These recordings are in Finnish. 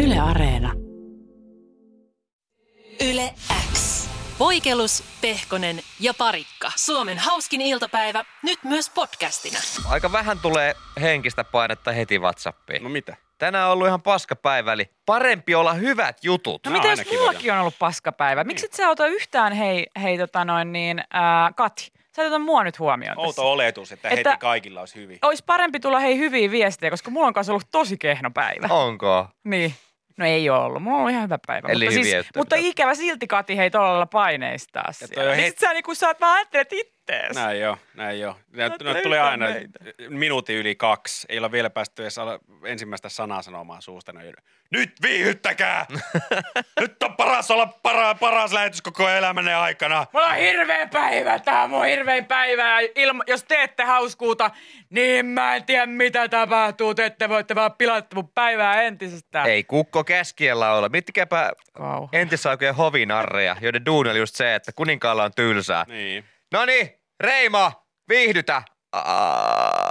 Yle Areena. Yle X. Voikelus, Pehkonen ja Parikka. Suomen hauskin iltapäivä, nyt myös podcastina. Aika vähän tulee henkistä painetta heti Whatsappiin. No mitä? Tänään on ollut ihan paska päivä, eli parempi olla hyvät jutut. No Nää on mitä aina jos mullakin kivoja. on ollut paskapäivä? Miksi et sä ota yhtään, hei, hei tota noin niin, ää, Kati, sä et ota mua nyt huomioon tässä. Outo oletus, että, Että- heti kaikilla olisi hyvin. Olisi parempi tulla hei hyviä viestejä, koska mulla on kanssa ollut tosi kehno päivä. Onko? Niin. No ei ole ollut. Mulla on ollut ihan hyvä päivä. Eli mutta, hyviä siis, juttuja mutta pitää- ikävä silti Kati hei tuolla lailla paineistaa toi siellä. on Niin het- sit sä niinku saat vaan ajattelet ittees. Näin joo, näin joo. Ne, Ajattelin ne tulee yhtään aina meitä. minuutin yli kaksi. Ei ole vielä päästy edes ala- ensimmäistä sanaa sanomaan suusta. Ne on, Nyt viihyttäkää! Nyt on paras olla para, paras lähetys koko elämänne aikana. Mulla on hirveä päivä, tää on mun hirveä päivä. ja Ilma, jos teette hauskuuta, niin mä en tiedä mitä tapahtuu. Te ette voitte vaan pilata mun päivää entisestään. Ei kukko käskiellä ole. Miettikääpä Kauhea. entisaikojen hovinarreja, joiden duuni oli just se, että kuninkaalla on tylsää. Niin. No niin, Reima, viihdytä. Aa,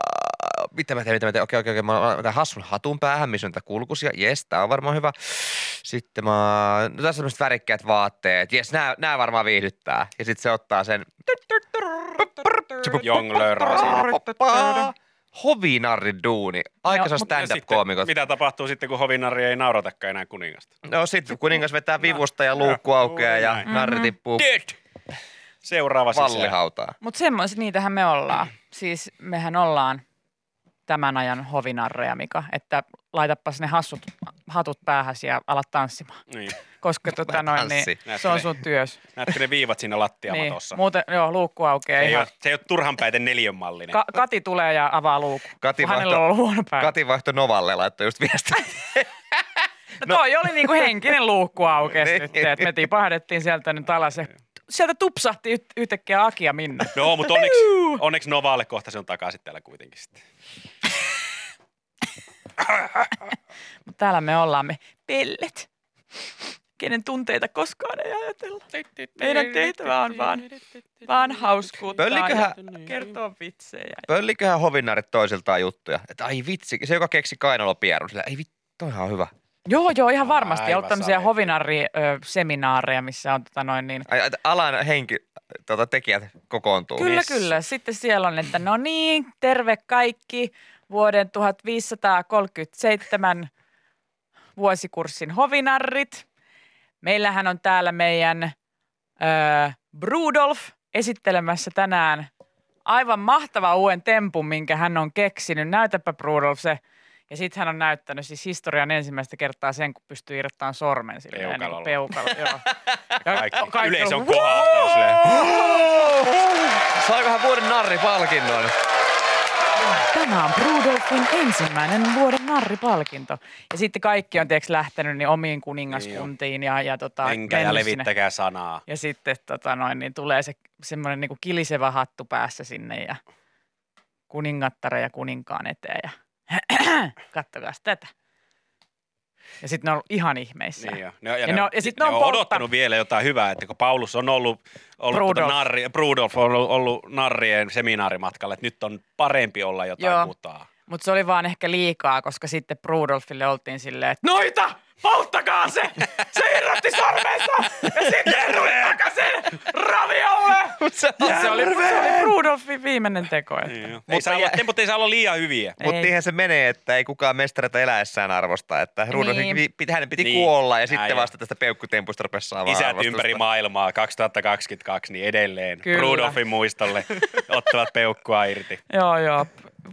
mitä mä teen, mitä mä teen? Okei, okei, okei. Mä otan hassun hatun päähän, missä on niitä kulkusia. Jes, tää on varmaan hyvä. Sitten mä... No tässä on semmoset värikkäät vaatteet. Jes, nää, nää varmaan viihdyttää. Ja sitten se ottaa sen... Jonglööraa siinä. Hovinarrin duuni. Aika se on Joo, Ja sitten, stand-up-koomikot. Mitä tapahtuu sitten, kun hovinari ei nauratakaan enää kuningasta? No sitten kuningas vetää vivusta ja luukku Joo, aukeaa ja näin. Mm-hmm. narri tippuu Seuraava sisään. vallihautaan. Mutta semmoiset, niitähän me ollaan. Siis mehän ollaan tämän ajan hovinarreja, Mika, että laitappas ne hassut hatut päähäsi ja ala tanssimaan. Niin. Koska tota noin, niin, tanssi. se on sun työs. Näette ne viivat siinä Niin. lattiamatossa. Muuten, joo, luukku aukeaa Ei ihan. ole, se ei ole turhanpäiten neljön mallinen. Ka- Kati tulee ja avaa luukku. Kati Hänellä vaihto- on ollut huono päivä. Kati vaihtoi Novalle laittoi just viestiä. No, toi oli niinku henkinen luukku aukesi Niin. nyt, että me tipahdettiin sieltä nyt alas ja sieltä tupsahti yht- yhtäkkiä Aki ja Minna. No, mutta onneksi, onneksi Novalle kohta se on takaisin täällä kuitenkin sitten. Mut täällä me ollaan me pellet, kenen tunteita koskaan ei ajatella. Meidän tehtävä on vaan, vaan hauskuutta Pölliköhän- ja kertoa vitsejä. Pölliköhän hovinaarit toisiltaan juttuja. Että ai vitsi, se joka keksi kainalopierun, sillä ei vittu, toihan on hyvä. Joo, joo, ihan varmasti. Ja Aivan ollut tämmöisiä sairaan. hovinarri-seminaareja, missä on tota noin niin. Ai, ai, alan henki, tota, tekijät kokoontuu. Kyllä, Yes. kyllä. Sitten siellä on, että no niin, terve kaikki vuoden 1537 vuosikurssin hovinarrit. Meillähän on täällä meidän ö, Brudolf esittelemässä tänään aivan mahtava uuden tempun, minkä hän on keksinyt. Näytäpä Brudolf se. Ja sitten hän on näyttänyt siis historian ensimmäistä kertaa sen, kun pystyy irrottamaan sormen silleen, niin kuin Peukalolla. peukalo. Joo. Kaikki. Ja kaikki Yleisö on "Wow!" kohahtanut silleen. Saikohan vuoden narripalkinnon? Tämä on Brudolfin ensimmäinen vuoden narripalkinto. Ja sitten kaikki on tiiäks, lähtenyt niin omiin kuningaskuntiin ja, ja tota, Menkää ja mennyt sinne. levittäkää sanaa. Ja sitten tota noin, niin tulee se semmoinen niin kilisevä hattu päässä sinne ja kuningattaren ja kuninkaan eteen ja kattokaa tätä. Ja sitten ne on ollut ihan ihmeissä. Niin jo. ne, on- ja Ja ne, ne on- on- ja sit ne ne on, on polttanut. odottanut vielä jotain hyvää, että kun Paulus on ollut, ollut Brudolf. Tuota narri, Brudolf on ollut, ollut narrien seminaarimatkalla, että nyt on parempi olla jotain Joo. kutaa. Mutta se oli vaan ehkä liikaa, koska sitten Brudolfille oltiin silleen, että noita, polttakaa se! Se irrotti sormensa ja sitten ruittakaa sen raviolle! se Se oli, se oli Brudolfin viimeinen teko. Että. Niin jo. ei Mutta saa olla, jä- temput ei saa olla liian hyviä. Mutta Ei. niinhän se menee, että ei kukaan mestareita eläessään arvosta. Että Rudolf, Niin. niin. hänen piti Niin. kuolla ja Näin sitten on. vasta tästä peukkutempusta rupesi saamaan Isät arvostusta. ympäri maailmaa 2022, niin edelleen Kyllä. Rudolfin muistolle ottavat peukkua irti. Joo, joo.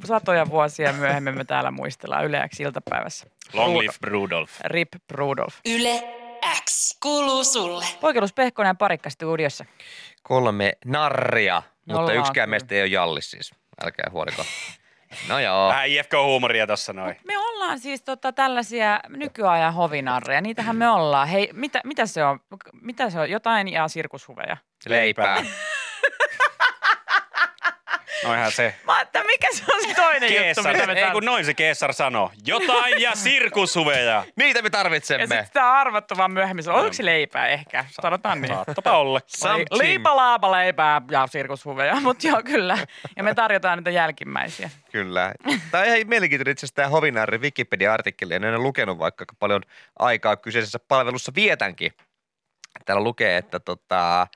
Satoja vuosia myöhemmin me täällä muistellaan yleäksi iltapäivässä. Long Brud- live Rudolf. Rip Brudolf. Yle X. Kuuluu sulle. Poikelus Pehkonen ja Parikka studiossa. Kolme narria, Me mutta ollaan yksikään kyllä. meistä ei ole jallis siis. Älkää huoliko. No joo. Vähän IFK-huumoria tossa noin. Me ollaan siis tota tällaisia nykyajan hovinarreja. Niitähän me ollaan. Hei, mitä, mitä, se on? mitä se on? Jotain ja sirkushuveja. Leipää. Noihän se. Mä ajattelin, että mikä se on se toinen juttu, Keesar. mitä me Ei kun tarvitaan. noin se Keesar sanoo. Jotain ja sirkushuveja. Niitä me Ja sitten tarvitsemme. sitä on arvattu vaan myöhemmin. Oliko se leipää ehkä? Sanotaan niin. Saattopa olla. Something. Liipa, laapa, leipää ja sirkushuveja, mutta joo kyllä. Ja me tarjotaan niitä jälkimmäisiä. Kyllä. Tämä on ihan mielenkiintoinen itse asiassa tämä Hovinaarin Wikipedia-artikkeli. En ole lukenut vaikka kuinka paljon aikaa kyseisessä palvelussa vietänkin. Täällä lukee, että tota,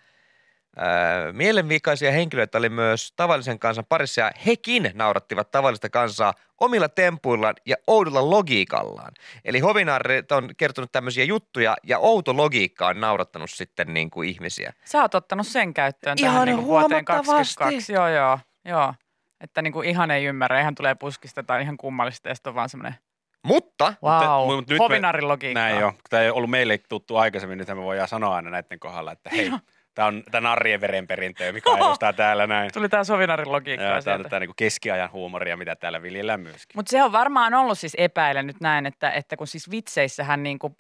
ää, mielenvikaisia henkilöitä oli myös tavallisen kansan parissa ja hekin naurattivat tavallista kansaa omilla tempuillaan ja oudolla logiikallaan. Eli Hovinaari on kertonut tämmöisiä juttuja ja outo logiikka on naurattanut sitten niin kuin ihmisiä. Sä oot ottanut sen käyttöön Ihan tähän niin vuoteen huomattavasti. 22. Joo, joo, joo. Että niin kuin ihan ei ymmärrä, ihan tulee puskista tai ihan kummallista ja sitten on vaan semmoinen Mutta wow, mu- mut nyt me- hovinarin logiikka. Näin joo. Tämä ei ollut meille tuttu aikaisemmin, nyt me voidaan sanoa aina näiden kohdalla, että hei, tämä on tämän arjen verenperintöä, mikä edustaa täällä näin. Tuli tää sovinarin logiikka Joo, Tämä on sieltä. tätä niinku keskiajan huumoria, mitä täällä viljellään myöskin. Mutta se on varmaan ollut siis epäilen nyt näin, että, että kun siis vitseissähän niin kuin,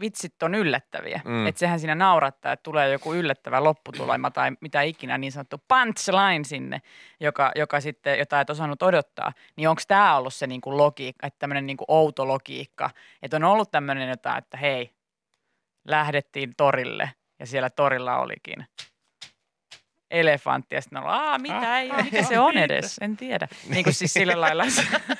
vitsit on yllättäviä. Mm. Mm. Että sehän siinä naurattaa, että tulee joku yllättävä lopputulema tai mitä ikinä niin sanottu punchline sinne, joka, joka sitten, jota et osannut odottaa. Niin onko tämä ollut se niin kuin logiikka, että tämmöinen niin kuin outo logiikka, että on ollut tämmöinen jotain, että hei, lähdettiin torille ja siellä torilla olikin elefantti ja sitten on ollut, Aa, mitä, ei, ole, mikä se on edes, en tiedä. Niin kuin siis sillä lailla,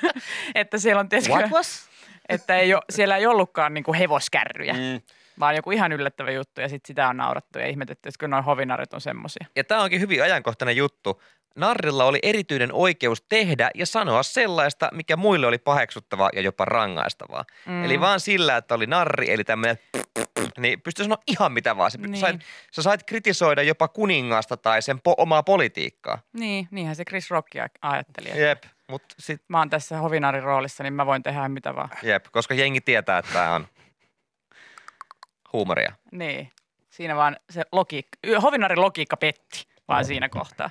että siellä on tietysti, was? että ei ole, siellä ei ollutkaan niin kuin hevoskärryjä, Mm. vaan joku ihan yllättävä juttu ja sitten sitä on naurattu ja ihmetetty, että kun noin hovinarit on semmoisia. Ja tämä onkin hyvin ajankohtainen juttu. Narrilla oli erityinen oikeus tehdä ja sanoa sellaista, mikä muille oli paheksuttavaa ja jopa rangaistavaa. Mm. Eli vaan sillä, että oli narri, eli tämmöinen niin pystyi sanoa ihan mitä vaan. Sä Niin. sait, sä sait kritisoida jopa kuningasta tai sen po- omaa politiikkaa. Niin, niinhän se Chris Rock aj- ajatteli. että Jep, mutta sit, Mä oon tässä hovinarin roolissa, niin mä voin tehdä mitä vaan. jep, koska jengi tietää, että tämä on huumoria. Niin, siinä vaan se logiikka, y- hovinarin logiikka petti vaan siinä kohtaa.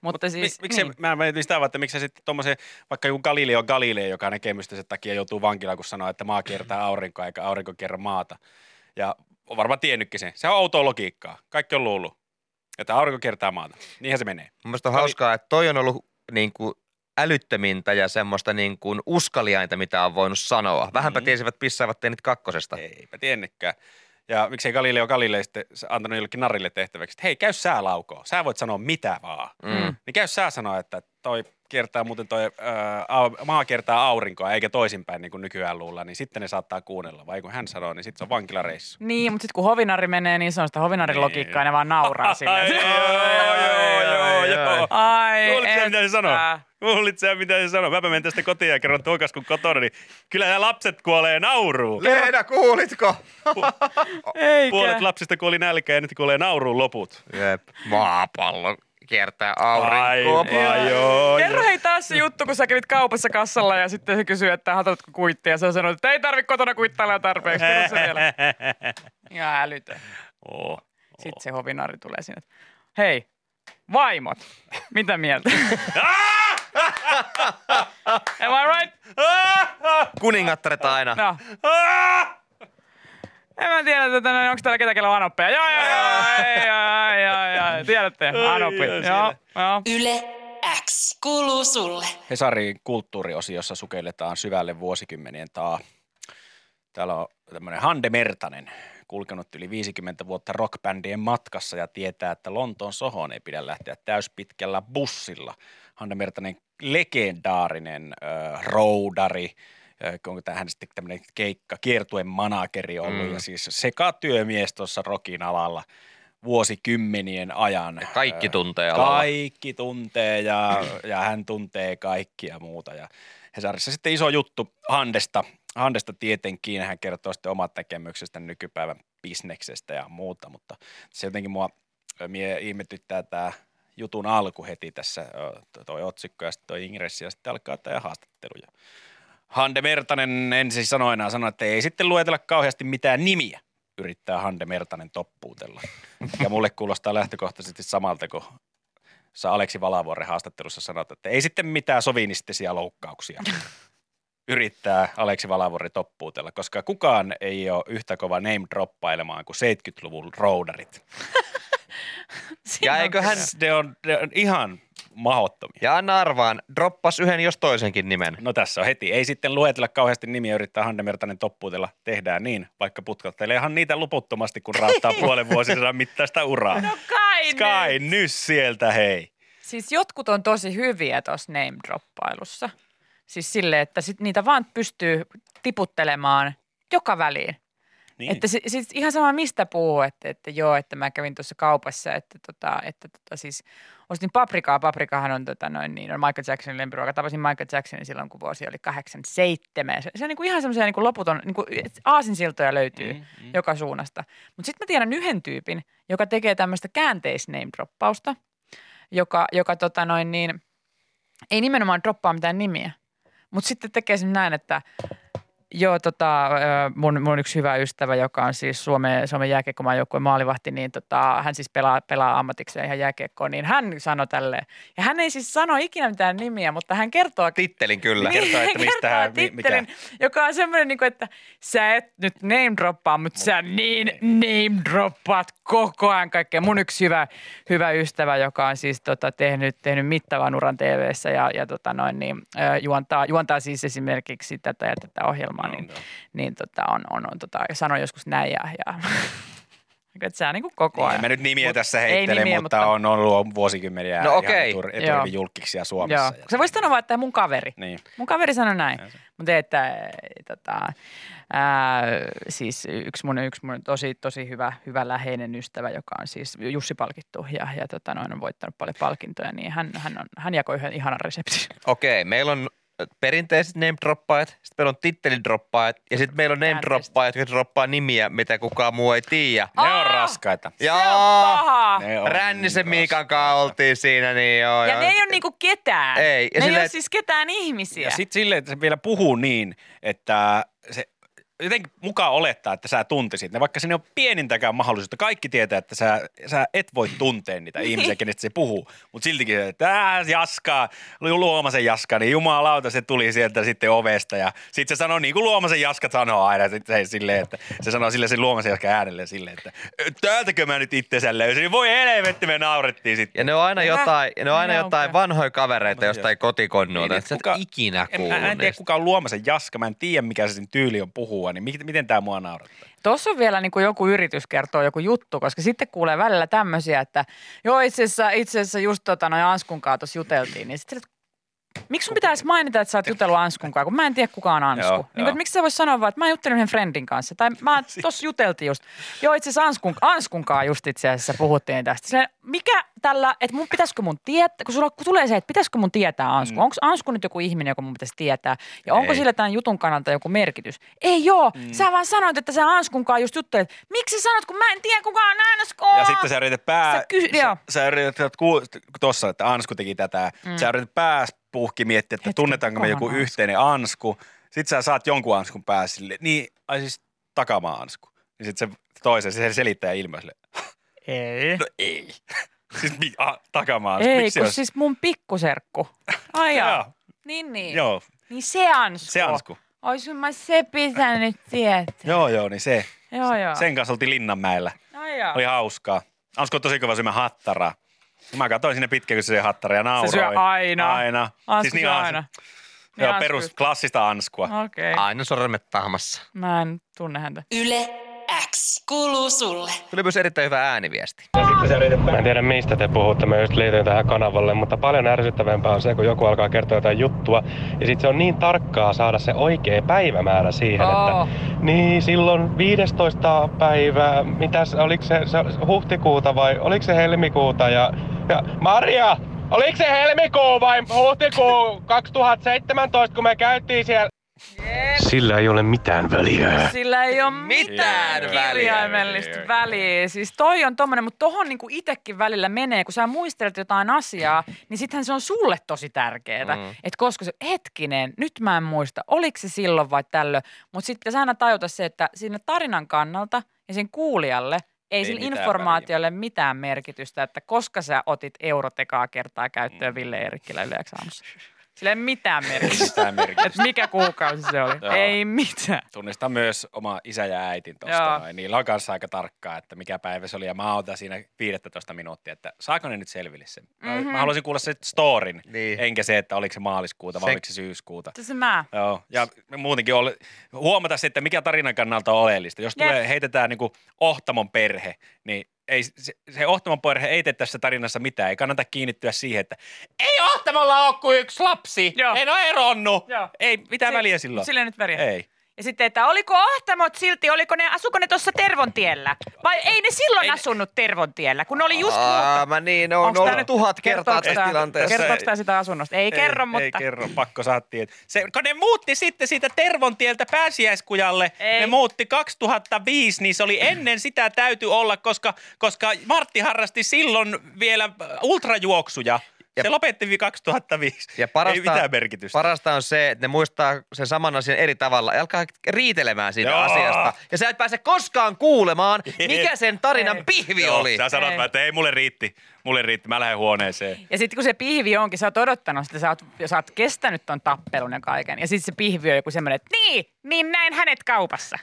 Mutta siis, Mik, miksi, niin. Mä mietin sitä vaan, että miksi sitten tuommoisen, vaikka joku Galileo Galilei, joka näkemystensä takia joutuu vankilaan, kun sanoo, että maa kiertää aurinkoa eikä aurinko kierrä maata. Ja on varmaan tiennytkin sen. Se on outoa logiikkaa. Kaikki on luullut, että aurinko kiertää maata. Niinhän se menee. Mun mielestä on hauskaa, että toi on ollut niin kuin älyttömintä ja semmoista niin kuin uskaliainta, mitä on voinut sanoa. Vähänpä Mm. tiesivät pissaavat teinit kakkosesta. Eipä tiennytkään. Ja miksei Galileo Galilei sitten antanut jollekin narille tehtäväksi, että hei, käy sää laukoon. Sä voit sanoa mitä vaan. Mm. Niin käy sä sanoa, että toi kiertää muuten toi ää, au, maa kiertää aurinkoa eikä toisinpäin niin kuin nykyään luulla, niin sitten ne saattaa kuunnella. Vai kun hän sanoo, niin sitten se on vankilareissu. Niin, mutta sitten kun hovinari menee, niin se on sitä hovinarin Niin. logiikkaa ja ne vaan nauraa Ai, sille. joo, joo, joo. Ai, Kuulitko sä, mitä se sanoo? että. Kuulit sä, mitä se sanoo? Mäpä menen tästä kotiin ja kerron tuokas kun kotona, niin kyllä nämä lapset kuolee nauruun. Leena, kuulitko? Eikä. Puolet lapsista kuoli nälkään ja nyt kuolee nauruun loput. Jep. Maapallo kiertää aurinkoa. Ai, ai, joo, Kerro joo. hei taas se juttu, kun sä kävit kaupassa kassalla ja sitten se kysyy, että haluatko kuittia. Ja sä sanoit, että ei tarvi kotona kuittailla tarpeeksi. Kerro se vielä. Ihan älytön. Oo. Sitten se hovinari tulee sinne. että, Hei, vaimot. Mitä mieltä? Am I right? Kuningattaret aina. No. En mä tiedä, että tänne, onko täällä ketä, kellä on anoppeja. Joo, joo, joo, ei, joo, joo, joo, tiedätte, anoppi. joo, Joo, siellä. joo. Yle X kuuluu sulle. Hesarin kulttuuriosiossa sukelletaan syvälle vuosikymmenien taa. Täällä on tämmöinen Hande Mertanen, kulkenut yli 50 vuotta rockbändien matkassa ja tietää, että Lontoon sohoon ei pidä lähteä täyspitkällä bussilla. Hande Mertanen legendaarinen ö, roudari, ö, onko tämä hän sitten tämmöinen keikka, kiertuen manakeri ollut Mm. mm. ja siis sekatyömies tuossa rockin alalla vuosikymmenien ajan. Kaikki Ö, tuntee alalla. kaikki tuntee ja, ja hän tuntee kaikkia muuta. Ja Hesarissa sitten iso juttu Handesta. Handesta tietenkin hän kertoo sitten omat näkemyksestä nykypäivän bisneksestä ja muuta, mutta se jotenkin mua mie ihmetyttää tämä jutun alku heti tässä, ö, to- toi otsikko ja sitten toi ingressi ja sitten alkaa tämä haastattelu. Ja Hande Mertanen ensi sanoinaan sanoi, että ei sitten luetella kauheasti mitään nimiä, yrittää Hande Mertanen toppuutella. Ja mulle kuulostaa lähtökohtaisesti samalta kuin sä Aleksi Valavuoren haastattelussa sanot, että ei sitten mitään sovinistisia loukkauksia. Yrittää Aleksi Valavuori toppuutella, koska kukaan ei ole yhtä kova name droppailemaan kuin 70-luvun roudarit. Siinä Ja on eikö hän, Ne on, ne on ihan mahottomia. Ja anna arvaan, droppas yhden jos toisenkin nimen. No tässä on heti. Ei sitten luetella kauheasti nimiä, yrittää Hannemertainen toppuutella. Tehdään niin, vaikka putkatteleehan niitä loputtomasti, kun raattaa puolen vuosisadan mittaista uraa. No kai Sky, nyt. nyt sieltä hei. Siis jotkut on tosi hyviä tuossa name-droppailussa. Siis sille, että sit niitä vaan pystyy tiputtelemaan joka väliin. Niin. Niin. Että si- siis ihan sama mistä puhuu, että, että joo, että mä kävin tuossa kaupassa, että, tota, että tota, siis ostin paprikaa. Paprikahan on, tota, noin, niin, on Michael Jacksonin lempiruoka. Tapasin Michael Jacksonin silloin, kun vuosi oli 87. Se, se on niin kuin ihan semmoisia niin kuin loputon, niin kuin, aasinsiltoja löytyy mm, mm. joka suunnasta. Mutta sitten mä tiedän yhden tyypin, joka tekee tämmöistä käänteis name droppausta, joka, joka tota, noin, niin, ei nimenomaan droppaa mitään nimiä. Mutta sitten tekee sen näin, että Joo, tota, ö, mun, mun yksi hyvä ystävä, joka on siis Suomen, Suomen jääkiekkomaajoukkueen maalivahti, niin tota, hän siis pelaa, pelaa ammatikseen ihan jääkiekkoon, niin hän sanoi tälleen. Ja hän ei siis sano ikinä mitään nimiä, mutta hän kertoo Tittelin kyllä. Niin. kertoo, että mistä hän- mi- kertoo tittelin, joka on semmoinen, niin kuin, että sä et nyt name droppaa, mutta sä niin name droppaat koko ajan kaikkea. Mun yksi hyvä, hyvä ystävä, joka on siis tota, tehnyt, tehnyt mittavan uran tv ja, ja tota, noin, niin, ö, juontaa, juontaa siis esimerkiksi tätä ja tätä ohjelmaa, niin, No, no. niin tota, on, on, on tota, sanoi joskus näin ja, ja että sä niin kuin koko Niin, en ajan. mä nyt nimiä Mut- tässä ei heittele, nimiä, mutta, mutta- on ollut vuosikymmeniä No okei. ihan etur- Joo. eturivijulkkiksia Joo. Suomessa. Sä voisit sanoa, vaan, että mun kaveri. Niin. Mun kaveri sanoi näin. Joo, se- Mutta että äh, tota, ää, siis yksi mun, yksi mun tosi, tosi hyvä, hyvä läheinen ystävä, joka on siis Jussi palkittu ja, ja tota, noin on voittanut paljon palkintoja, niin hän, hän, on, hän jakoi yhden ihanan reseptin. Okei, meillä on perinteiset name droppaajat, sitten meillä on tittelin droppaajat ja sitten meillä on name Käänteistä. droppaajat, jotka droppaa nimiä, mitä kukaan muu ei tiedä. Ne on Aa! raskaita. Jaa, Paha! Ne on niin Rännisen Miikan raskaita. kanssa oltiin siinä, niin joo. Ja joo. ne ei ole niinku ketään. Ei, ja ne ei sillä- ole siis ketään ihmisiä. Ja sitten silleen, että se vielä puhuu niin, että se jotenkin mukaan olettaa, että sä tuntisit ne, vaikka sinne on pienintäkään mahdollisuutta. Kaikki tietää, että sä, sä et voi tuntea niitä ihmisiä, kenestä se puhuu. Mutta siltikin, että tää Jaska, lu- Luomasen Jaska, niin jumalauta se tuli sieltä sitten ovesta. Ja sitten se sanoo niin kuin Luomasen Jaska sanoo aina, sit se, silleen, että se sanoo sille sen Luomasen Jaska äänelle silleen, että täältäkö mä nyt itsensä löysin, niin voi helvetti me naurettiin sitten. Ja ne on aina Nä- jotain, ne on aina Äh, ne jotain onkin. vanhoja kavereita Mä jostain kotikonnuilta. Niin, että sä et kuka- ikinä En, kuullut mä en tiedä, niistä. kuka on luomassa Jaska. Mä en tiedä, mikä se sen tyyli on puhua, niin miten, miten tämä mua naurattaa. Tuossa on vielä niin kuin joku yritys kertoo joku juttu, koska sitten kuulee välillä tämmöisiä, että joo itse asiassa, itse asiassa just tota noin Anskun kanssa tuossa juteltiin, niin sitten Miksi sun pitäisi mainita, että sä oot jutellut Anskun kanssa, kun mä en tiedä kuka on Ansku. Joo, Joo, niin kuin, joo. että miksi sä vois sanoa vaan, että mä juttelin yhden friendin kanssa. Tai mä tossa juteltiin just. Joo, itse asiassa Anskun, Anskun kanssa just itse asiassa puhuttiin tästä. Silleen, mikä tällä, että mun pitäisikö mun tietää, kun sulla kun tulee se, että pitäisikö mun tietää Ansku. Mm. Mm. Onko Ansku nyt joku ihminen, joka mun pitäisi tietää? Ja onko Ei. sillä tämän jutun kannalta joku merkitys? Ei joo, mm. sä vaan sanoit, että sä Anskun kanssa just juttelet. Miksi sä sanot, kun mä en tiedä kuka on Ansku? Ja sitten sä yrität pää... Sä ky- sä, joo. sä yrität kuul... tossa, että Ansku teki tätä. Mm. Sä yrität pääs puhki miettiä, että Hetki, tunnetaanko me kukahan joku Ansku? yhteinen Ansku. Sitten sä saat jonkun Anskun päässä sille. Niin, ai siis takamaa Ansku. Ja sitten se toisen, se selittää ilmaiselle. Ei. No ei. siis mi, a, takamaa Ansku. Ei, Miksi kun olisi? siis mun pikkuserkku. Ai jaa. Joo, Niin, niin. joo, Niin se ansku. se Ansku. Ois mä se pitänyt tietää. Joo, joo, niin Äh. se. joo, joo. Sen kanssa oltiin Linnanmäellä. Ai joo. Oli hauskaa. Ansko on tosi kova syömään hattaraa. Mä katsoin sinne pitkään, kun se söi hattaraa ja nauroin. syö aina. Aina. Ansku niin syö ans- aina. Joo, Niin No. perus Ansku. klassista Anskua. Okei. Okay. Aina sormet tahmassa. Mä en tunne häntä. Yle X kuuluu sulle. Tuli myös erittäin hyvä ääniviesti. Mä en tiedä mistä te puhutte, mä just liityin tähän kanavalle, mutta paljon ärsyttävämpää on se, kun joku alkaa kertoa jotain juttua ja sit se on niin tarkkaa saada se oikea päivämäärä siihen, Oo. että niin silloin 15. päivää, mitäs, oliko se, se huhtikuuta vai oliko se helmikuuta ja, ja Maria! Oliko se helmikuu vai huhtikuu 2017, kun me käytiin siellä? Sillä ei ole mitään väliä. Sillä ei ole mitään Mitään väliä. kirjaimellista Ei, väliä. Siis toi on tommonen, mutta tohon niinku itekin välillä menee, kun sä muistelet jotain asiaa, niin sittenhän se on sulle tosi tärkeetä. Mm. Mm. Että koska se, hetkinen, nyt mä en muista, oliko se silloin vai tällöin. Mutta sitten sä aina tajuta se, että siinä tarinan kannalta ja sen kuulijalle Ei ei, ei sillä mitään informaatiolle väliä. mitään merkitystä, että koska sä otit eurotekaa kertaa käyttöön Ville Eerikkilä yleensä aamussa. Sillä ei mitään merkitystä. Mistään merkitystä. Että mikä kuukausi se oli. Joo. ei mitään. Tunnistan myös oma isä ja äitin tuosta. Joo. noin. Niillä on kanssa aika tarkkaa, että mikä päivä se oli. Ja mä otan siinä 15 minuuttia, että saako ne nyt selville sen. Mm-hmm. Mhm. Mä haluaisin kuulla sen storin, Niin. enkä se, että oliko se maaliskuuta vai Se- oliko se syyskuuta. Se se mä. Joo, ja muutenkin oli, huomata sitten, mikä tarinan kannalta on oleellista. Jos Jep. tulee, heitetään niin Ohtamon perhe, niin ei, se, se Ohtamon perhe ei tee tässä tarinassa mitään. Ei kannata kiinnittyä siihen, että ei Ohtamolla ole kuin yksi lapsi, Joo. ei ne eronnut. Joo. Ei mitään Si- väliä silloin. Sillä ei nyt väliä. Ei. Ja sitten, että oliko ahtamot silti, oliko ne, asuko ne tuossa Tervontiellä? Vai ei ne silloin Ei ei, ne- asunut Tervontiellä, kun ne oli just Aa, muuttanut? mä niin, ne on Onks tää ollut nyt- tuhat kertaa kertooks tässä tää- tilanteessa. kertoo- Kertooks tää sitä asunnosta? Ei, ei kerro, mutta... Ei kerro, pakko saattiin. Se, kun ne muutti sitten siitä Tervontieltä Pääsiäiskujalle, ei. Ei. ne muutti 2005, niin se oli ennen sitä täytyy olla, koska, koska Martti harrasti silloin vielä ultrajuoksuja. Ja. Ja- Se lopetti vi- 2005. Ja ei mitään merkitystä. Parasta on se, että ne muistaa sen saman asian eri tavalla ja alkaa riitelemään siitä Joo. Joo. asiasta. Ja sä et pääse koskaan kuulemaan, mikä sen tarinan Ei. pihvi Joo, oli. Sä sanot Ei. vaan, että ei, mulle riitti. Mulle riitti, mä lähden huoneeseen. Ja sitten kun se pihvi onkin, sä oot odottanut sitä, sä oot, sä oot kestänyt ton tappelun ja kaiken. Ja sitten se pihvi on joku semmoinen, että niin, niin näin hänet kaupassa.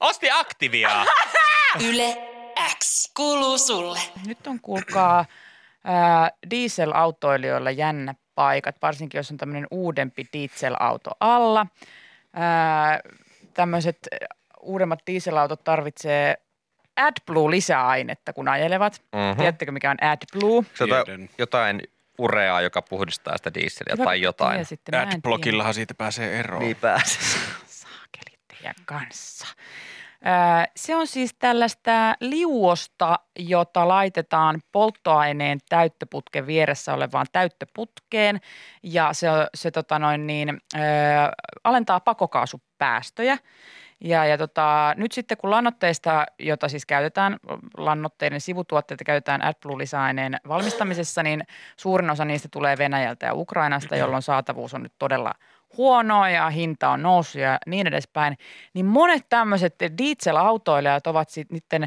Osti aktiviaa. Yle X kuuluu sulle. Nyt on kuulkaa ää, dieselautoilijoilla jännä paikat, varsinkin jos on tämmöinen uudempi dieselauto alla. Ää, tämmöiset uudemmat dieselautot tarvitsee AdBlue-lisäainetta, kun ajelevat. Mhm. Mm-hmm. Tiedättekö, mikä on AdBlue? Se on Tiedän. jotain, jotain ureaa, joka puhdistaa sitä diisseliä Hyvä, tai kun jotain. tiesitte, mä en tiedä. Adblockillahan siitä pääsee eroon. Niin pääsee. Saakeli teidän kanssa. Öö, Se on siis tällaista liuosta, jota laitetaan polttoaineen täyttöputken vieressä olevaan täyttöputkeen ja se, se tota noin niin, öö, alentaa pakokaasupäästöjä. Ja, ja tota, nyt sitten kun lannoitteista, jota siis käytetään, lannoitteiden sivutuotteita käytetään AdBlue-lisäaineen valmistamisessa, niin suurin osa niistä tulee Venäjältä ja Ukrainasta, jolloin saatavuus on nyt todella huonoa ja hinta on noussut ja niin edespäin, niin monet tämmöiset dieselautoilijat ovat sitten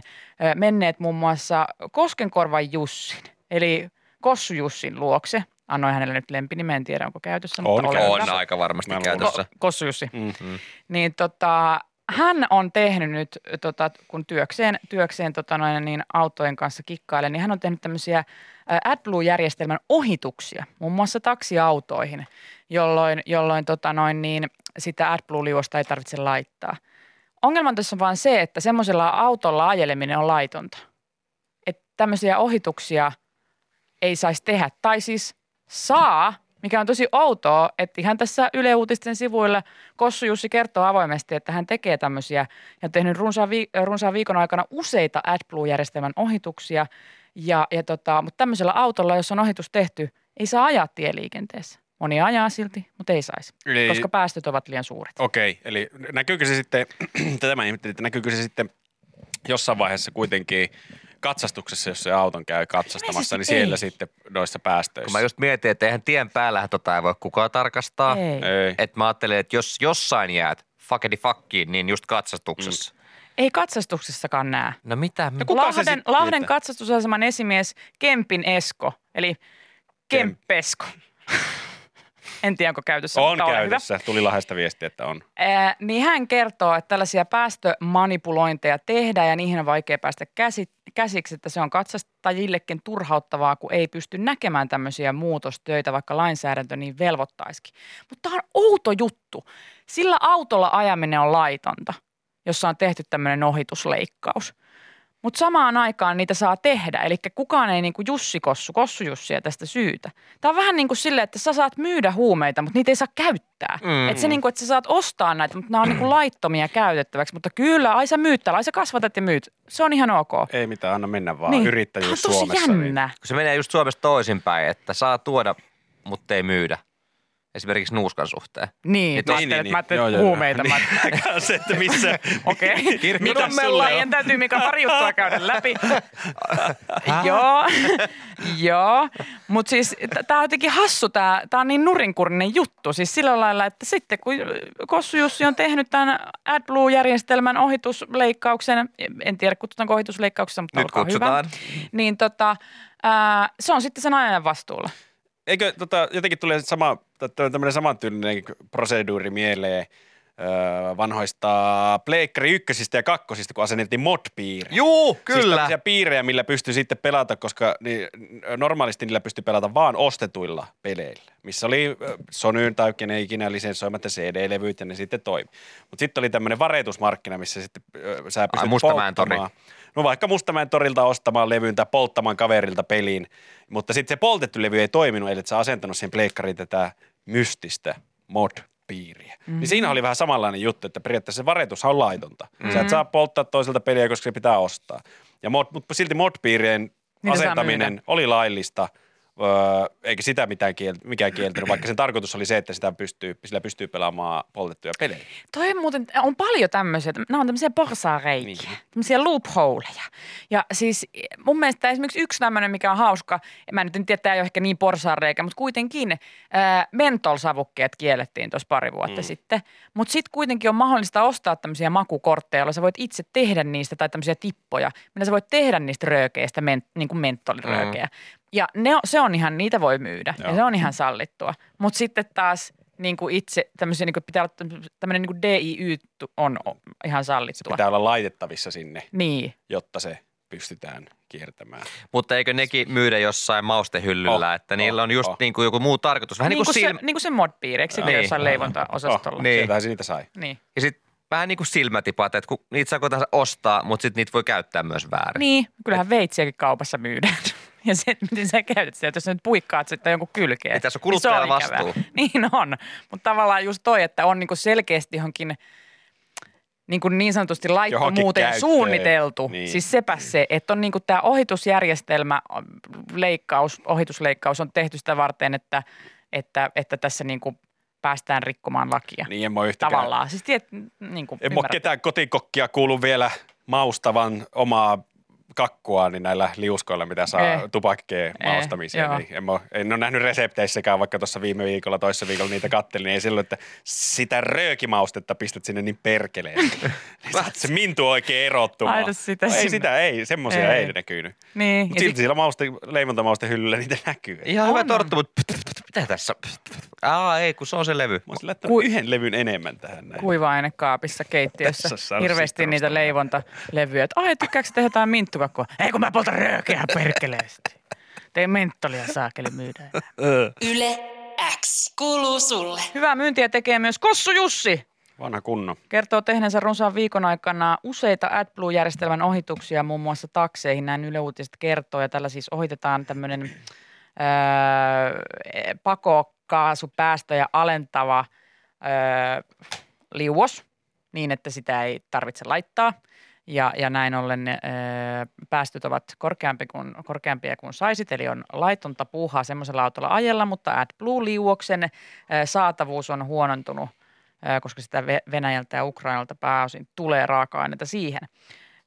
menneet muun muassa Koskenkorvan Jussin, eli Kossu Jussin luokse. Annoin hänelle nyt lempinimen, en tiedä onko käytössä, mutta On ole käytössä. On hyvä. aika varmasti Mä luulen. käytössä. Ko- Kossu Jussi Mm-hmm. niin tota, hän on tehnyt nyt, tota, kun työkseen, työkseen tota noin, niin autojen kanssa kikkailee, niin hän on tehnyt tämmöisiä ä, AdBlue-järjestelmän ohituksia, muun muassa taksiautoihin, jolloin, jolloin tota noin, niin sitä AdBlue-liuosta ei tarvitse laittaa. Ongelma tässä on vaan se, että semmoisella autolla ajeleminen on laitonta. Että tämmöisiä ohituksia ei saisi tehdä. Tai siis saa, mikä on tosi outoa, että ihan tässä Yle Uutisten sivuilla Kossu Jussi kertoo avoimesti, että hän tekee tämmöisiä ja on tehnyt runsaan, vi- runsaan viikon aikana useita AdBlue-järjestelmän ohituksia. Ja, ja tota, mutta tämmöisellä autolla, jos on ohitus tehty, ei saa ajaa tieliikenteessä. Moni ajaa silti, mutta ei saisi, Eli- koska päästöt ovat liian suuret. Okei, eli näkyykö se sitten, tätä mä ihmettelin, että näkyykö se sitten jossain vaiheessa kuitenkin katsastuksessa, jos se auton käy katsastamassa, Ilmeisesti niin siellä ei. sitten noissa päästöissä. Kun mä just mietin, että eihän tien päällähän tota ei voi kukaan tarkastaa. Ei. Ei. Että mä ajattelin, että jos jossain jäät fakedi fakkiin, niin just katsastuksessa. Mm. Ei katsastuksessakaan näe. No mitä? No No, kun- kun... Kuka se Mm. Lahden, sit Lahden pyytää? katsastusaseman esimies Kempin Esko, eli Kemppesko. En tiede, onko käytössä, on mutta ole hyvä. käytössä. Tuli lahjasta viestiä, että on. Ää, niin hän kertoo, että tällaisia päästömanipulointeja tehdään ja niihin on vaikea päästä käsi, käsiksi, että se on katsastajillekin turhauttavaa, kun ei pysty näkemään tämmöisiä muutostöitä, vaikka lainsäädäntö niin velvoittaisikin. Mutta tämä on outo juttu. Sillä autolla ajaminen on laitonta, jossa on tehty tämmöinen ohitusleikkaus. Mutta samaan aikaan niitä saa tehdä, eli kukaan ei niinku Jussi Kossu, Kossu Jussia tästä syytä. Tämä on vähän niin kuin silleen, että sä saat myydä huumeita, mutta niitä ei saa käyttää. Mm. Mm. Et se niinku, että sä saat ostaa näitä, mutta nämä on niinku laittomia käytettäväksi. Mutta kyllä, ai sä myyt tällä, ai sä kasvatat ja myyt. Se on ihan ok. Ei mitään, anna mennä vaan. Niin. Tää on Yrittäjyys tosi Suomessa. niin. jännä. Se menee just Suomessa toisinpäin, että saa tuoda, mutta ei myydä. esimerkiksi nuuskan suhteen. Niin, Niin, mä niin, ajattelin, että niin, mä ajattelin, joo, että joo, joo. huumeita. Mä ajattelin, Kanssa, että missä... Okei. Kirkkonummella. Mikä sulle? Meidän täytyy Mika pari juttua käydä läpi. Joo, joo. Mutta siis tämä on jotenkin hassu, tämä on niin nurinkurinen juttu. Siis sillä lailla, että sitten kun Kossu Jussi on tehnyt tämän AdBlue-järjestelmän ohitusleikkauksen, en tiedä kutsutaanko ohitusleikkauksessa, mutta Nyt olkaa kutsutaan. hyvä. Niin tota, ää, se on sitten sen ajan vastuulla. Eikö tota, jotenkin tulee sama, tämmöinen samantyylinen proseduuri mieleen öö, vanhoista pleikkari ykkösistä ja kakkosista, kun asennettiin mod-piiri. Juu, Siis kyllä. tämmöisiä piirejä, millä pystyy sitten pelata, koska niin, normaalisti niillä pystyy pelata vaan ostetuilla peleillä, missä oli ö, Sonyn tai kenen ikinä lisensoimatta CD-levyt ja ne sitten toimi. Mutta sitten oli tämmöinen varetusmarkkina, missä sitten ö, sä pystyt Mustamäen tori. polttamaan- No vaikka Mustamäen torilta ostamaan levyyn tai polttamaan kaverilta peliin, mutta sitten se poltettu levy ei toiminut, eli et sä asentanut siihen pleikkariin tätä mystistä mod-piiriä. Mm-hmm. Niin siinä oli vähän samanlainen juttu, että periaatteessa se varetushan on laitonta. Mm-hmm. Sä et saa polttaa toiselta peliä, koska se pitää ostaa. Ja mod, mutta silti mod-piirien Niitä saa asentaminen oli laillista, öö, eikä sitä mitään kiel, mikään kieltänyt, vaikka sen tarkoitus oli se, että sitä pystyy, sillä pystyy pelaamaan poltettuja pelejä. Toi muuten, äh, on paljon tämmöisiä, nämä on tämmöisiä porsaareikiä, niin. Niin. tämmöisiä loopholeja. Ja siis mun mielestä esimerkiksi yksi tämmöinen, mikä on hauska, mä nyt en tiedä, tämä ei ole ehkä niin porsaareikä, mutta kuitenkin ää, mentol-savukkeet kiellettiin tuossa pari vuotta mm. sitten. Mutta sitten kuitenkin on mahdollista ostaa tämmöisiä makukortteja, joilla sä voit itse tehdä niistä tai tämmöisiä tippoja, millä sä voit tehdä niistä röökeistä, men, niin kuin mentoliröökejä. Mm. Ja ne, on- se on ihan, niitä voi myydä Joo. ja Joo. se on ihan sallittua. Mutta sitten taas niin kuin itse tämmöisiä, niin kuin pitää olla tämmöinen niin DIY tu- on o- ihan Se sallittua. pitää olla laitettavissa sinne, Niin. jotta se pystytään kiertämään. Mutta eikö nekin myydä jossain maustehyllyllä, Oh, oh, että niillä oh, on just oh. oh. niin kuin joku muu tarkoitus. Vähän niin, niinku niin kuin silmä. se, niin kuin se mod-piiri, eikö niin. Niin. jossain leivontaosastolla? Oh, niin. niin. Niin. Sieltähän siitä sai. Niin. Ja sit vähän niin kuin silmätipat, että kun niitä saa kotansa ostaa, mutta sitten niitä voi käyttää myös väärin. niin, kyllähän veitsiäkin kaupassa myydään. Ja se, että miten sä käytät sitä, että jos sä nyt puikkaat sitten jonkun kylkeen. Niin tässä on niin se kuluttajalla ikävää. vastuu. Niin on, mutta tavallaan just toi, että on niinku selkeästi johonkin niin, kuin niin sanotusti laittomuuteen käyttöön. suunniteltu. Niin. Niin. Siis sepä se, että on niin tämä ohitusjärjestelmä, leikkaus, ohitusleikkaus on tehty sitä varten, että, että, että tässä niin kuin päästään rikkomaan lakia. Niin. Niin en mä yhtäkään. Tavallaan. Siis tiet, niin kuin En mä ketään kotikokkia kuulu vielä maustavan omaa kakkua niin näillä liuskoilla, mitä saa Ei. eh. tupakkeen Ei, maustamiseen. joo. Niin en, mä, en ole nähnyt resepteissäkään, vaikka tuossa viime viikolla, toissa viikolla niitä kattelin, niin ei silloin, että sitä röökimaustetta pistät sinne niin perkeleen. Niin saat se mintu oikein erottumaan. Laita sitä ei sinne. sitä, ei. Semmoisia Ei. ei, ei näkynyt. Niin. Mutta ja silti siellä mauste, leimontamausten hyllyllä niitä näkyy. Ihan On, hyvä on. torttu, mutta mitä tässä? Aa, ei, kun se on se levy. Mä olisin laittanut Kui- yhden levyn enemmän tähän näin. kuiva-ainekaapissa keittiössä Tässä olisi saanut hirveästi siitä niitä ostaa. leivontalevyjä. Että ai, tykkääkö sä tehdä jotain minttukakkoa? Ei, kun mä poltan röökeä perkeleesti. Tein mentolia saakeli myydä. Yle X kuuluu sulle. Hyvää myyntiä tekee myös Kossu Jussi. Vanha kunno. Kertoo tehneensä runsaan viikon aikana useita AdBlue-järjestelmän ohituksia, muun muassa takseihin. Näin Yle Uutiset kertoo ja tällä siis ohitetaan tämmöinen öö, pakokaasupäästöjä alentava öö, liuos niin, että sitä ei tarvitse laittaa. Ja, ja näin ollen öö, päästöt ovat korkeampi kuin, korkeampia kuin saisit, eli on laitonta puuhaa semmoisella autolla ajella, mutta AdBlue-liuoksen öö, saatavuus on huonontunut ää, koska sitä Ve- Venäjältä ja Ukrainalta pääosin tulee raaka-aineita siihen.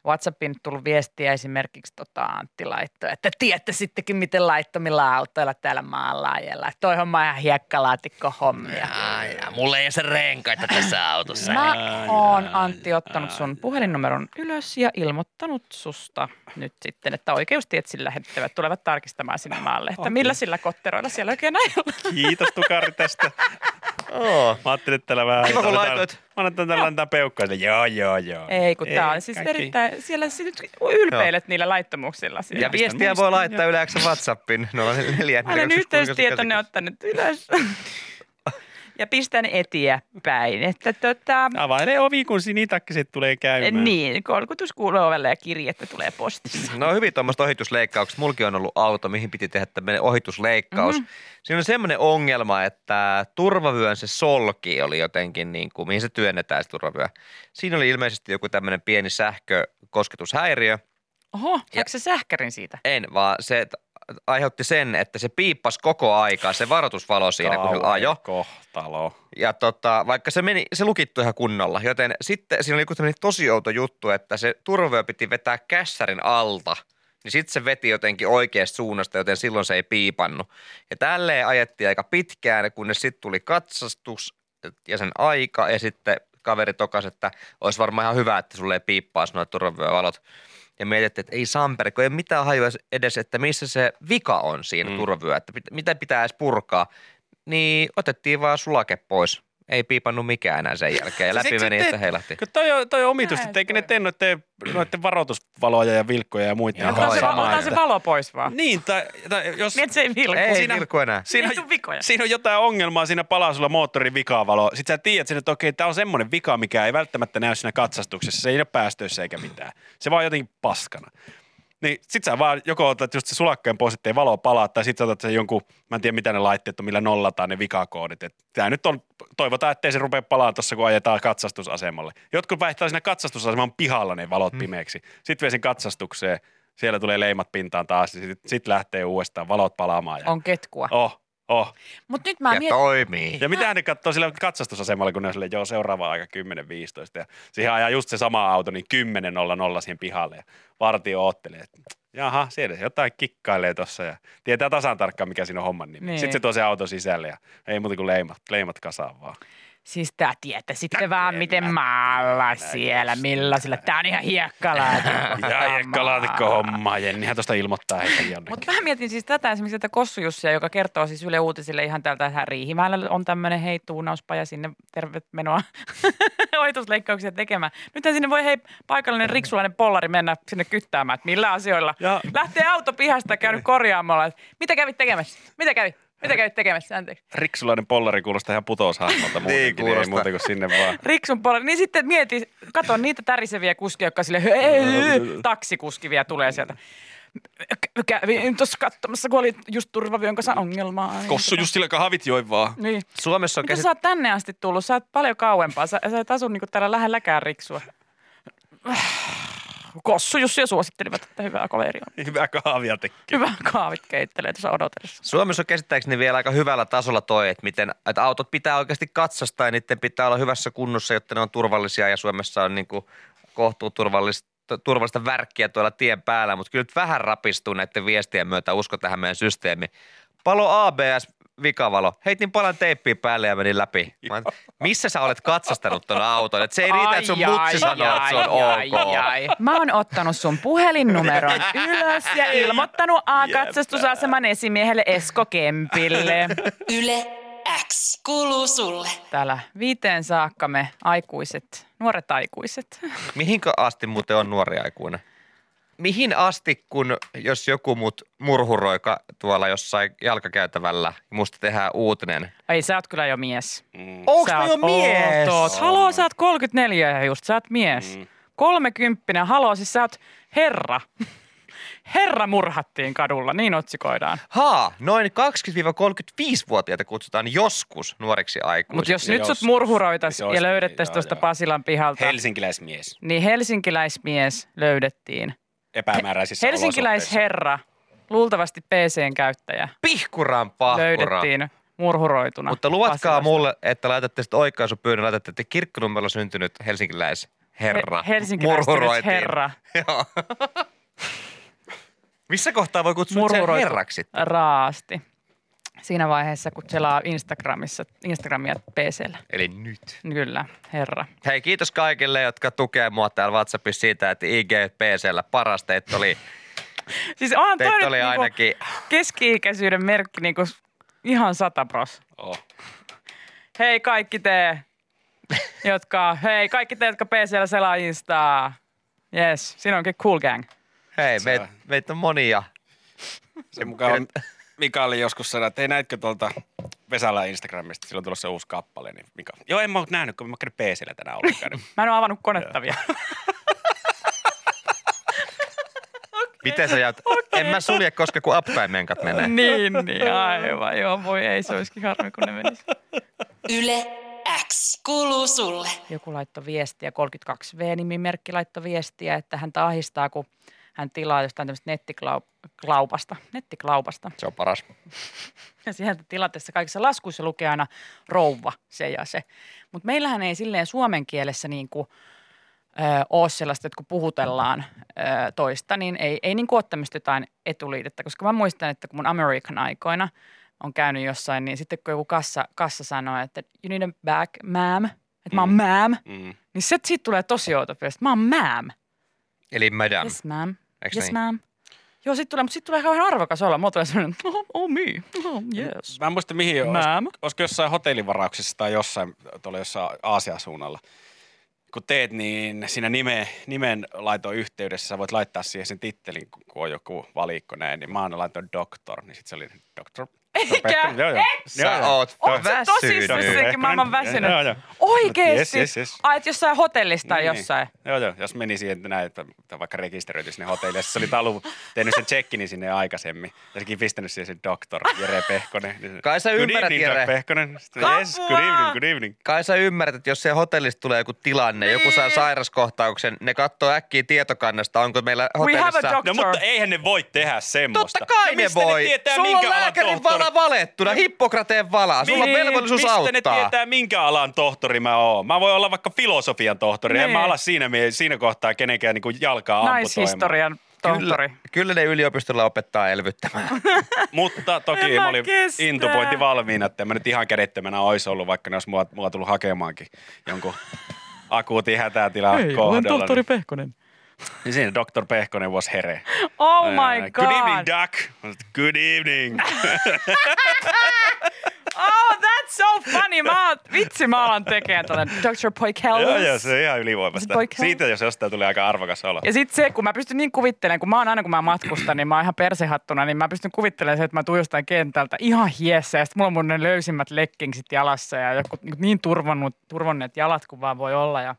WhatsAppiin nyt tullut viestiä esimerkiksi tota Antti laittoi, että tiedätte sittenkin miten laittomilla autoilla täällä maalla ajella. Toi homma on ihan hiekkalaatikko hommia. Ai, mulla ei ole se renkaita tässä autossa. Mä oon Antti ottanut sun puhelinnumeron ylös ja ilmoittanut susta nyt sitten, että oikeustietsin lähettävät tulevat tarkistamaan sinne maalle, että millä sillä kotteroilla siellä oikein ajellaan. Kiitos Tukari tästä. Oo. Mä ajattelin, että tällä vähän... Kiva, kun annetaan- laitoit. Mä annan tällä antaa peukkaa. Sille, Joo, joo, joo. Ei, kun tää on siis kaikki. erittäin, siellä sä nyt ylpeilet niillä laittomuuksilla. Siellä. Ja viestiä voi laittaa yleensä WhatsAppiin. No, neljä, Mä olen yhteystietonne ottanut ylös. ja pistän eteenpäin, että tota, Availee ovi, kun sinitakkiset tulee käymään. niin, kolkutus kuuluu ovelle ja kirjettä tulee postissa. No hyvin tuommoista ohitusleikkauksesta. Mulki on ollut auto, mihin piti tehdä tämmöinen ohitusleikkaus. Mhm. Mm-hmm. Siinä on semmoinen ongelma, että turvavyön se solki oli jotenkin, niin kuin, mihin se työnnetään se turvavyö. Siinä oli ilmeisesti joku tämmöinen pieni sähkökosketushäiriö. Oho, saako se sähkärin siitä? En, vaan se, että aiheutti sen, että se piippasi koko aikaa se varoitusvalo siinä, kun se ajo. Kohtalo. Ja tota, vaikka se meni, se lukittu ihan kunnolla, joten sitten siinä oli joku tämmöinen tosi outo juttu, että se turve piti vetää kässärin alta. Niin sitten se veti jotenkin oikeasta suunnasta, joten silloin se ei piipannut. Ja tälleen ajettiin aika pitkään, kunnes sitten tuli katsastus ja sen aika. Ja sitten kaveri tokas, että olisi varmaan ihan hyvä, että sulle ei piippaa noita turvevalot. Ja mietittiin, että ei Samper, kun ei ole mitään hajua edes, että missä se vika on siinä Mm. mm. turvyö, että pit- mitä pitää edes purkaa niin otettiin vaan sulake pois. Ei piipannut mikään enää sen jälkeen ja Siis läpi eikö se meni, tee- että heilahti. Kun toi on, toi on omitusta, Näin että eikö ne toi. tee noiden, noiden varoitusvaloja ja vilkkoja ja muita. Otetaan se, sama, otetaan että- se valo pois vaan. Niin, tai, tai jos... Niin, että se ei vilku. Ei siinä- siinä... vilku enää. Siinä Ei tuu vikoja. siinä on jotain ongelmaa, siinä palaa sulla moottorin vikavalo. Sitten sä tiedät sen, että okei, tämä on semmoinen vika, mikä ei välttämättä näy siinä katsastuksessa. Se ei ole päästöissä eikä mitään. Se vaan jotenkin paskana. Niin sit sä vaan joko otat just se sulakkeen pois, ettei valo palaa, tai sit sä otat sen jonkun, mä en tiedä mitä ne laitteet on, millä nollataan ne vikakoodit. Et tää nyt on, toivotaan, ettei se rupea palaa tuossa, kun ajetaan katsastusasemalle. Jotkut vaihtaa siinä katsastusaseman pihalla ne valot pimeäksi. Sitten vie sen katsastukseen, siellä tulee leimat pintaan taas, ja sit, sit lähtee uudestaan valot palaamaan. Ja... On ketkua. Oh, oh. Mutta nyt mä Ja mietin, toimii. Ja mitä ne katsoo sillä katsastusasemalla, kun ne on sille, joo, seuraava aika 10.15. Ja siihen ajaa just se sama auto, niin 10.00 siihen pihalle. Ja vartio oottelee, että jaha, siellä se jotain kikkailee tossa ja tietää tasan tarkkaan, mikä siinä on homman nimi. Niin. Niin. Sitten se tuo se auto sisälle ja ei muuta kuin leimat, leimat kasaan vaan. siis tää tietä sitten vaan miten maalla siellä, millaisilla. Tää on ihan hiekkalaatikko. Ja hiekkalaatikko hommaa, Jennihän tuosta ilmoittaa heti Mutta jonnekin. mä mietin siis tätä esimerkiksi tätä Kossujussia, joka kertoo siis Yle Uutisille ihan täältä, että Riihimäellä on tämmöinen hei tuunauspaja sinne, tervetuloa ohitusleikkauksia tekemään. Nythän sinne voi hei paikallinen riksulainen pollari mennä sinne kyttäämään, että millä asioilla. Ja- Lähtee auto pihasta käynyt korjaamalla, että mitä kävit tekemässä, mitä kävit, mitä kävit tekemässä, anteeksi. Riksulainen pollari kuulostaa ihan putoushahmolta muutenkin, niin ei kuulostaa. muuta kuin sinne vaan. Riksun pollari, niin sitten mieti, katon niitä täriseviä kuskia, jotka sille "Hei, taksikuski vielä tulee sieltä. Kä- Kävin tuossa katsomassa, kun oli just turvavyön kanssa ongelmaa. Kossu just sillä kahvit joi vaan. Niin. Suomessa on Miten käsit... sä oot tänne asti tullut? Sä oot paljon kauempaa. Sä, sä et asu niinku täällä lähelläkään riksua. Kossu Jussi ja suosittelivat, että hyvää kaveri on. Hyvä kahvia tekee. Hyvää kaavit keittelee tuossa odotellessa. Suomessa on käsittääkseni vielä aika hyvällä tasolla toi, että, miten, että autot pitää oikeasti katsastaa ja niiden pitää olla hyvässä kunnossa, jotta ne on turvallisia ja Suomessa on niin kohtuuturvallista turvallista värkkiä tuolla tien päällä, mutta kyllä nyt vähän rapistuu näiden viestien myötä usko tähän meidän systeemiin. Palo ABS vikavalo. Heitin palan teippiä päälle ja menin läpi. Mä oon, missä sä olet katsastanut ton auton? Et se ei riitä, että sun mutsi sanoo, että se on ok. Mä oon ottanut sun puhelinnumeron ylös ja ilmoittanut A-katsastusaseman esimiehelle Esko Kempille. Yle X kuuluu sulle. Täällä viiteen saakka me aikuiset, nuoret aikuiset. Mihinkä asti muuten on nuori aikuinen? Mihin asti, kun jos joku mut murhuroi ka- tuolla jossain jalkakäytävällä, musta tehdään uutinen? Ei, sä oot kyllä jo mies. Mm. Onks Sä mä jo oot mies? Oot. Haloo, sä oot 34 ja just, sä oot mies. Mm. Mm. 30, haloo, siis sä oot herra. Herra murhattiin kadulla, niin otsikoidaan. Haa, noin 20-35-vuotiaita kutsutaan joskus nuoriksi aikuisiksi. Mutta jos Ja nyt sut jos- se niin, murhuroitaisiin olisi- ja löydettäisiin joo, tuosta joo. Pasilan pihalta, Helsinkiläismies. niin helsinkiläismies löydettiin. Epämääräisissä olosuhteissa. Helsinkiläisherra, luultavasti PCn-käyttäjä, Pihkuraan löydettiin murhuroituna. Mutta luvatkaa Pasilasta. mulle, että laitatte sitten oikaisupyynnön, laitatte, että kirkkonummella syntynyt helsinkiläisherra. He- helsinkiläistynyt murhuroitiin. herra Joo. Missä kohtaa voi kutsua sen murhuroitu herraksi? raasti. Siinä vaiheessa, kun selaa Instagramissa, Instagramia PCllä. Eli nyt. Kyllä, herra. Hei, kiitos kaikille, jotka tukee mua täällä WhatsAppissa siitä, että IG PCllä paras teitä oli, Siis onhan toi teitä nyt oli niinku ainakin. keski-ikäisyyden merkki niinku ihan sata pros. Oh. Hei kaikki te, jotka, hei kaikki te, jotka PCllä selaa Instaa. Yes, siinä onkin cool gang. Hei, meitä meit on monia. Se mukaan on, Mika oli joskus sanonut, että hei näitkö tuolta Vesala Instagramista, sillä on tulossa uusi kappale. Niin Mika, joo en mä oo nähnyt, kun mä oon käynyt PCllä tänään ollenkaan. Mä en ole avannut konetta vielä. Miten sä jäät? En mä sulje, koska kun uptime-menkat menee. niin, niin, aivan. Joo, voi ei, se olisikin harmi, kun ne menis. Yle X kuuluu sulle. Joku laittoi viestiä, 32V-nimimerkki laittoi viestiä, että häntä ahistaa, kun hän tilaa jostain tämmöistä nettiklaupasta, nettiklaupasta. Se on paras. Ja sieltä tilatessa kaikissa laskuissa lukee aina rouva se ja se. Mutta meillähän ei silleen suomen kielessä niin kuin, ö, ole sellaista, että kun puhutellaan ö, toista, niin ei, ei niin kuin ole tämmöistä jotain etuliitettä. Koska mä muistan, että kun mun American aikoina on käynyt jossain, niin sitten kun joku kassa, kassa sanoo, että you need a bag, ma'am, että mä oon ma'am, Mm. niin se, siitä tulee tosi outo fiilis, että mä oon ma'am. Eli madam. Yes ma'am, Eiks yes niin? ma'am. Joo, sit tulee, mutta sit tulee kauhean arvokas olla. Mulla tulee sellainen, oh, oh me, oh, yes. Mä en muista mihin on. Ma'am. Olisiko jossain hotellivarauksessa tai jossain, tuolla jossain Aasian suunnalla. Kun teet, niin siinä nime, nimen laiton yhteydessä sä voit laittaa siihen sen tittelin, kun kun on joku valikko näin. Niin mä aina laitoin doctor, niin sit se oli doctor. Eikä, Petter, joo, joo. Joo, Sä joo. oot Oot sä väsynyt. tosissas? Doctor Sekin Pepper. maailman väsynyt. Joo, joo. Oikeesti? Yes, yes, yes. Ai, et jossain hotellissa tai Niin. jossain. Joo, joo. Jos meni siihen että näin, että että vaikka rekisteröity sinne hotellille, jos se oli talu tehnyt sen check-in niin sinne aikaisemmin, ja sekin pistänyt siihen sen doktor Jere Pehkonen. Niin se, Kai sä "Good ymmärrät, evening, Jere." Dr. Pehkonen. Sitten, Apua! yes, good evening, good evening. No, Kai sä ymmärrät, että jos se hotellista tulee joku tilanne, joku saa sairaskohtauksen, ne katsoo äkkiä tietokannasta, onko meillä We have a hotellissa... doctor. No mutta eihän ne voi tehdä semmoista. Totta kai no, ne mistä voi. Ne tietää, Sulla minkä on alan lääkärin tohtori- vala valettuna, Hippokrateen valaa. Sulla on Niin, velvollisuus mistä ne auttaa. tietää, minkä alan tohtori mä oon? Mä voin olla vaikka filosofian tohtori. En Niin. mä ala siinä, mie- siinä kohtaa kenenkään niin jalkaa amputoimaan. Naishistorian tohtori. Kyllä, kyllä ne yliopistolla opettaa elvyttämään. Mutta En toki mä mä olin kestä. intupointi valmiina, että en mä nyt ihan kädettömänä olisi ollut, vaikka ne olisi mua, mua tullut hakemaankin jonkun akuutin hätätilan kohdalla. Niin, Pehkonen. niin siinä Dr. Pehkonen was here. Oh Ää, my Good evening, god. Duck. Good evening. Oh, that's so funny. Mä oon, vitsi mä alan tekemään tuonne Dr. joo, joo, Poikellus. se on ihan ylivoimasta. Se poikkeus. Siitä jos jostain tulee aika arvokas olo. Ja sitten se, kun mä pystyn niin kuvittelemaan, kun mä oon aina kun mä matkustan, niin mä oon ihan persehattuna, niin mä pystyn kuvittelemaan se, että mä tuun jostain kentältä ihan hiessä ja sitten mulla on mun ne löysimmät leggingsit jalassa ja joku niin turvannut, turvanneet jalat kuin vaan voi olla ja,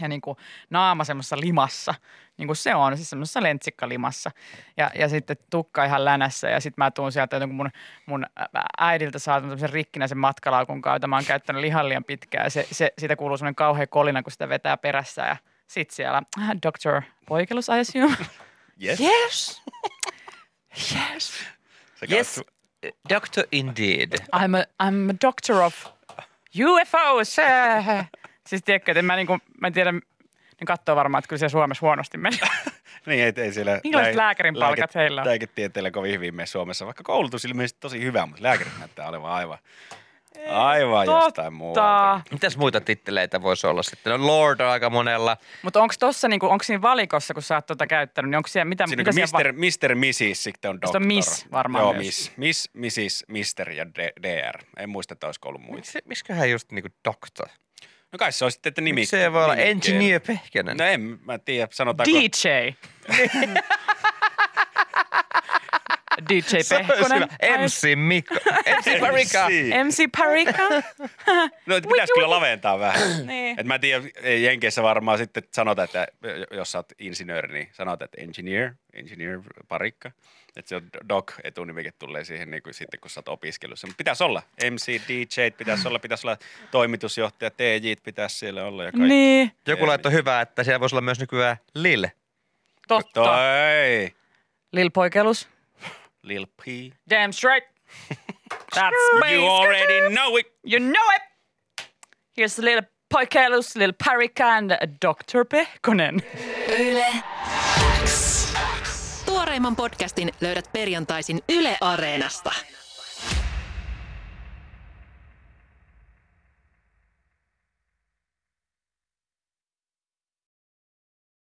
ja niin kuin naama semmoisessa limassa, niin kuin se on, siis semmoisessa lentsikkalimassa ja, ja sitten tukka ihan länässä ja sitten mä tuun sieltä jotenkin mun, mun äidiltä saatan tämmöisen rikkinäisen matkalaukun kautta, mä oon käyttänyt lihan liian pitkään ja se, se, siitä kuuluu semmoinen kauhea kolina, kun sitä vetää perässä ja sit siellä, "Ah, Dr. Poikelus, I assume. Yes. Yes. yes. Sekä Doctor indeed. I'm a, I'm a doctor of UFOs. äh. siis tiedätkö, että en mä, niinku, mä en tiedä, ne katsoo varmaan, että kyllä se Suomessa huonosti meni. Niin, ei, ei siellä... Minkälaiset lääkärin palkat lääke- heillä on? Lääketieteellä kovin hyvin mene Suomessa, vaikka koulutus ilmeisesti tosi hyvä, mutta lääkärit näyttää olevan aivan, aivan jostain muualta. Mitäs muita titteleitä voisi olla sitten? No Lord on aika monella. Mutta onko tossa, niinku, onko siinä valikossa, kun sä oot tota käyttänyt, niin onko siellä, mitä, Siinä niinku mitä on siellä va- mister, mister, missis, sitten on Sitten doktor. on miss varmaan Joo, myös. miss, miss, missis, mister ja D- dr. En muista, että olisiko ollut muita. Miksi, miksiköhän just niinku doctor? No kai se on sitten, että nimi. Miksi se ei voi olla nimikkeellä. engineer Pehkönen? No en, mä tiedä, sanotaanko. DJ. DJ Se olisi Pehkonen. hyvä. MC Mikko. MC Marika. MC Parika. No, että pitäisi kyllä laventaa vähän. Niin. Et mä en tiedä, ei Jenkeissä varmaan sitten sanotaan, että jos sä oot insinööri, niin sanotaan, että engineer, engineer parikka. Että se on doc etunimike tulee siihen niin kuin sitten, kun sä oot opiskelussa. Mutta pitäisi olla. MC, DJ pitäisi olla, pitäisi olla toimitusjohtaja, TJ pitäisi siellä olla ja kaikki. niin, Joku laittoi hyvää, että siellä voisi olla myös nykyään Lil. totta. Toi. Lil Poikelus. Lil P. Damn straight. That's me. You already know it. You know it. Here's a little Poikelus, little Parika and a Dr. Pehkonen. Yle X. Tuoreimman podcastin löydät perjantaisin Yle Areenasta.